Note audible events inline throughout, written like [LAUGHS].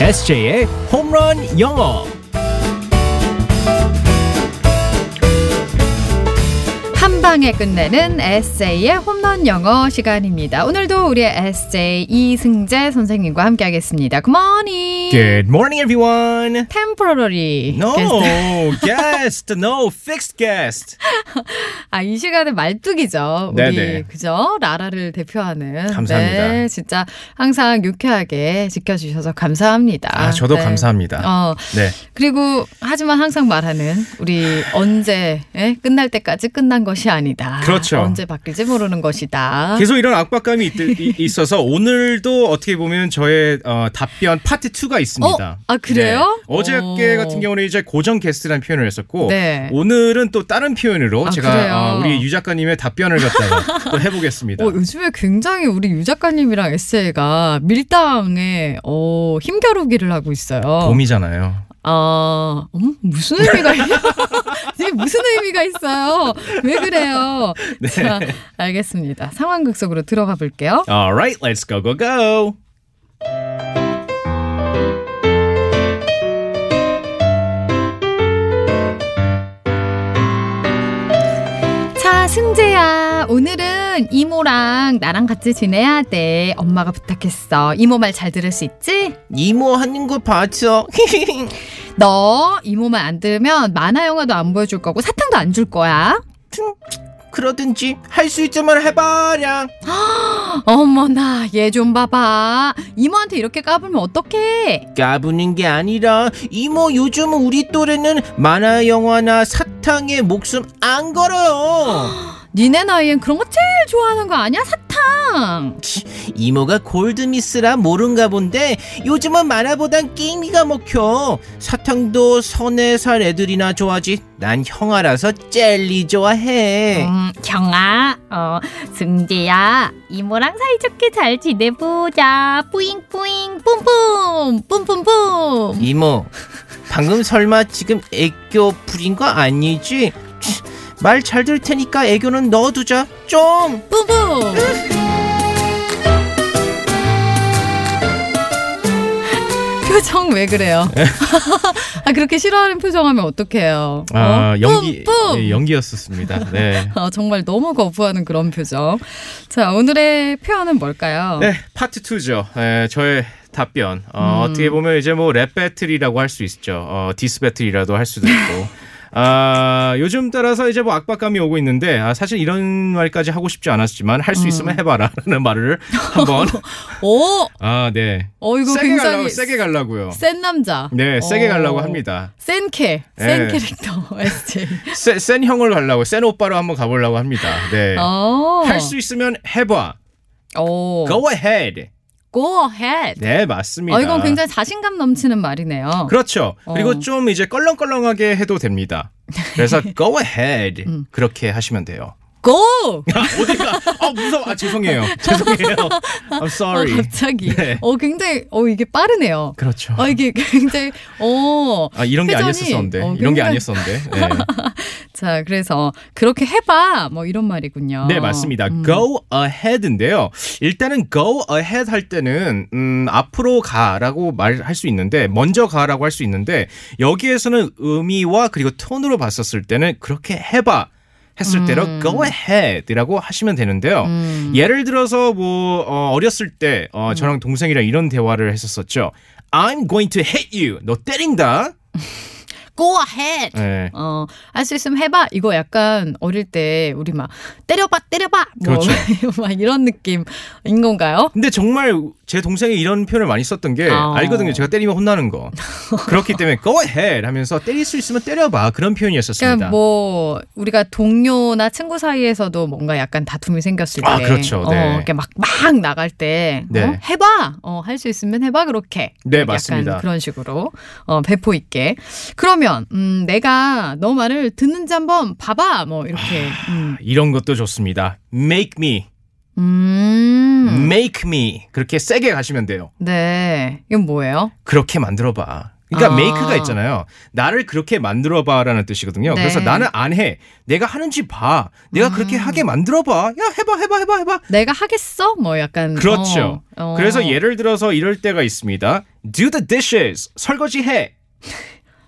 SJ의 홈런 영어. 한 방에 끝내는 에세이의 홈런 영어 시간입니다. 오늘도 우리의 에세이 이승재 선생님과 함께하겠습니다. Good morning. Good morning, everyone. Temporary. 예. No guest. guest, no fixed guest. 아, 이 시간에 말뚝이죠. 우리 네네. 그죠? 라라를 대표하는. 감사합니다. 네, 진짜 항상 유쾌하게 지켜주셔서 감사합니다. 아, 저도 네. 감사합니다. 어, 네, 그리고 하지만 항상 말하는 우리 언제 예? 끝날 때까지 끝난 것이 아니다. 그렇죠. 그 언제 바뀔지 모르는 것이다. 계속 이런 압박감이 있, 이- 있어서 오늘도 어떻게 보면 저의 어, 답변 파트 2가 있습니다. 어? 아, 그래요? 네. 어저께 오. 같은 경우는 이제 고정 게스트라는 표현을 했었고 네. 오늘은 또 다른 표현으로 아, 그래요? 제가 어, 우리 유 작가님의 답변을 갖다가 또 해보겠습니다. 어, 요즘에 굉장히 우리 유 작가님이랑 에세이가 밀당에 어, 힘겨루기를 하고 있어요. 봄이잖아요. 아, 음, 무슨 의미가 [LAUGHS] 이게 무슨 의미가 있어요? 왜 그래요? 자, 알겠습니다. 상황극 속으로 들어가 볼게요. All right, let's go, go, go. 자, 승재야. 오늘은 이모랑 나랑 같이 지내야 돼. 엄마가 부탁했어. 이모 말 잘 들을 수 있지? 이모 하는 거 봐줘. [LAUGHS] 너 이모 말 안 들으면 만화 영화도 안 보여줄 거고 사탕도 안 줄 거야. 그러든지 할 수 있지만 해봐라. 어머나, 얘 좀 봐봐. 이모한테 이렇게 까불면 어떡해? 까부는 게 아니라 이모 요즘 우리 또래는 만화 영화나 사탕에 목숨 안 걸어요. 니네 나이엔 그런 거 제일 좋아하는 거 아니야? 사탕! 이모가 골드미스라 모른가 본데 요즘은 만화보단 게임이가 먹혀. 사탕도 서네 살 애들이나 좋아하지. 난 형아라서 젤리 좋아해. 음, 경아, 어, 승재야, 이모랑 사이좋게 잘 지내보자. 뿌잉뿌잉, 뿜뿜, 뿜뿜뿜. 이모, 방금 설마 지금 애교 부린 거 아니지? 말 잘 들 테니까 애교는 넣어두자. 좀. 뿌뿌. [LAUGHS] 표정 왜 그래요? 네. [LAUGHS] 아 그렇게 싫어하는 표정하면 어떡해요? 어? 아 연기 뿜뿜. 예, 연기였었습니다. 네. 아, 정말 너무 거부하는 그런 표정. 자 오늘의 표현은 뭘까요? 네 파트 2죠. 네, 저의 답변. 어, 음. 어떻게 보면 이제 뭐 랩 배틀이라고 할 수 있죠. 어, 디스 배틀이라도 할 수도 [LAUGHS] 있고. 아 요즘 따라서 이제 뭐 압박감이 오고 있는데 아, 사실 이런 말까지 하고 싶지 않았지만 할 수 음. 있으면 해봐라라는 말을 [LAUGHS] 한번 오, 아네 어 이거 세게 굉장히 갈라고 세게 갈라고요. 센 남자. 네, 세게 어. 가려고 합니다. 센캐, 센 네. [LAUGHS] 캐릭터 SJ. 세, 센 형을 가려고, 센 오빠로 한번 가보려고 합니다. 네. 어. 할 수 있으면 해봐. 오. Go ahead. Go ahead. 네, 맞습니다. 어 이건 굉장히 자신감 넘치는 말이네요. 그렇죠. 그리고 어. 좀 이제 껄렁껄렁하게 해도 됩니다. [LAUGHS] 그래서 go ahead 그렇게 하시면 돼요. Go. 음. [LAUGHS] 아, 어디가? 아 무서워. 아 [LAUGHS] 죄송해요. 죄송해요. I'm 어, sorry. 갑자기. 네. 어, 굉장히, 어, 이게 빠르네요. 그렇죠. 어, 이게 [LAUGHS] 굉장히, 어. 아 이런 게 회전이- 아니었었는데 어, 이런 게 굉장히- 아니었었는데 네, 자, 그래서, 그렇게 해봐! 뭐 이런 말이군요. 네, 맞습니다 음. go ahead인데요 일단은 go ahead 할 때는 음, 앞으로 가라고 말할 수 있는데 먼저 가라고 할 수 있는데 여기에서는 의미와 그리고 톤으로 봤었을 때는 그렇게 해봐 했을 때로 go ahead이라고 하시면 되는데요 음. 예를 들어서 뭐 어, 어렸을 때 어, 저랑 동생이랑 이런 대화를 했었었죠 I'm going to hit you 너 때린다 Go ahead! 네. 어, 할 수 있으면 해봐! 이거 약간 어릴 때 우리 막, 때려봐! 때려봐! 뭐, 그렇죠. [LAUGHS] 막 이런 느낌인 건가요? 근데 정말 제 동생이 이런 표현을 많이 썼던 게 아. 알거든요. 제가 때리면 혼나는 [LAUGHS] 거. 그렇기 때문에 go ahead 하면서 때릴 수 있으면 때려봐 그런 그러니까 표현이었었습니다. 뭐 우리가 동료나 친구 사이에서도 뭔가 약간 다툼이 생겼을 때, 아, 그렇죠. 어, 네. 이렇게 막 막 나갈 때, 네. 어, 해봐, 어, 할 수 있으면 해봐 그렇게. 네, 약간 맞습니다. 그런 식으로 어, 배포 있게. 그러면 음, 내가 너 말을 듣는지 한번 봐봐, 뭐 이렇게. 아. 음, 이런 것도 좋습니다. make me, 음, make me 그렇게 세게 가시면 돼요. 네, 이건 뭐예요? 그렇게 만들어봐. 그러니까 아. make가 있잖아요. 나를 그렇게 만들어 봐라는 뜻이거든요. 네. 그래서 나는 안 해. 내가 하는지 봐. 내가 음. 그렇게 하게 만들어 봐. 야, 해 봐. 해 봐. 해 봐. 해 봐. 내가 하겠어? 뭐 약간 그렇죠. 어, 어. 그래서 예를 들어서 이럴 때가 있습니다. Do the dishes. 설거지 해.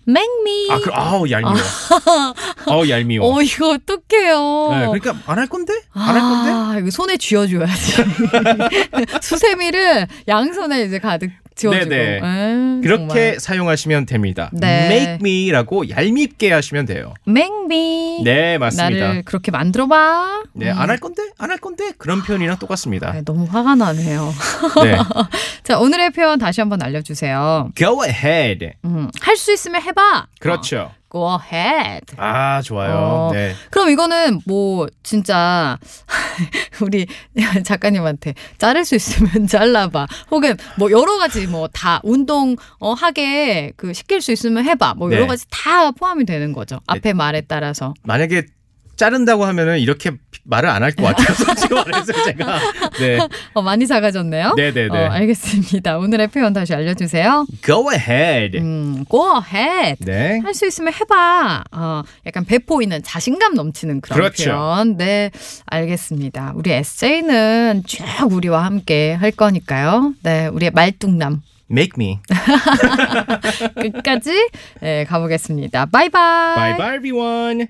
Make me. 아, 그, 아우 [LAUGHS] 얄미워. 아우 얄미워. 어 이거 어떡해요. 네, 그러니까 안 할 건데? 안 할 건데? 아, 이거 손에 쥐어줘야지. [LAUGHS] 수세미를 양손에 이제 가득 쥐어주고. 네네. 에이, 그렇게 정말. 사용하시면 됩니다. 네. Make me라고 얄밉게 하시면 돼요. Make me. 네, 맞습니다. 나를 그렇게 만들어봐. 네, 안 할 건데? 안 할 건데? 그런 표현이랑 똑같습니다. 아, 너무 화가 나네요. 네. [LAUGHS] 자, 오늘의 표현 다시 한번 알려주세요. Go ahead. 음, 할 수 있으면 해봐. 그렇죠. 어, go ahead. 아, 좋아요. 어. 네. 그럼 이거는 뭐 진짜 [LAUGHS] 우리 작가님한테 자를 수 있으면 [LAUGHS] 잘라봐. 혹은 뭐 여러 가지 뭐 다 운동 어 하게 그 시킬 수 있으면 해봐. 뭐 여러 네. 가지 다 포함이 되는 거죠. 앞에 말에 따라서. 만약에 자른다고 하면은 이렇게 말을 안 할 것 [LAUGHS] 같아요. 솔직히 말해서 제가. 네. 어, 많이 사가졌네요. 네, 네, 어, 네. 알겠습니다. 오늘의 표현 다시 알려주세요. Go ahead. 음, go ahead. 네. 할 수 있으면 해봐. 어, 약간 배포이는 자신감 넘치는 그런 그렇죠. 표현. 네, 알겠습니다. 우리 에세이는 쭉 우리와 함께 할 거니까요. 네, 우리의 말뚝남 Make me. 끝까지 네, 가보겠습니다. 바이바이. 아. Bye bye everyone.